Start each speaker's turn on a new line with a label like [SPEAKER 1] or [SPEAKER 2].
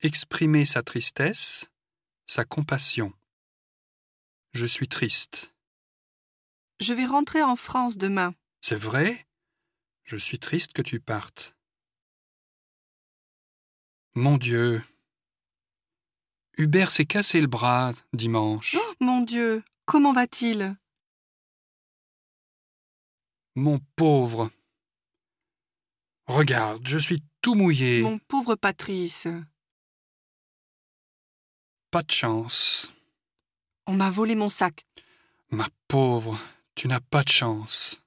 [SPEAKER 1] Exprimer sa tristesse, sa compassion. Je suis triste.
[SPEAKER 2] Je vais rentrer en France demain.
[SPEAKER 1] C'est vrai Je suis triste que tu partes. Mon Dieu Hubert s'est cassé le bras dimanche.
[SPEAKER 2] Oh, mon Dieu, comment va-t-il
[SPEAKER 1] Mon pauvre Regarde, je suis tout mouillé.
[SPEAKER 2] Mon pauvre Patrice,
[SPEAKER 1] Pas de chance.
[SPEAKER 2] on m'a volé mon sac.
[SPEAKER 1] Ma pauvre, tu n'as pas de chance.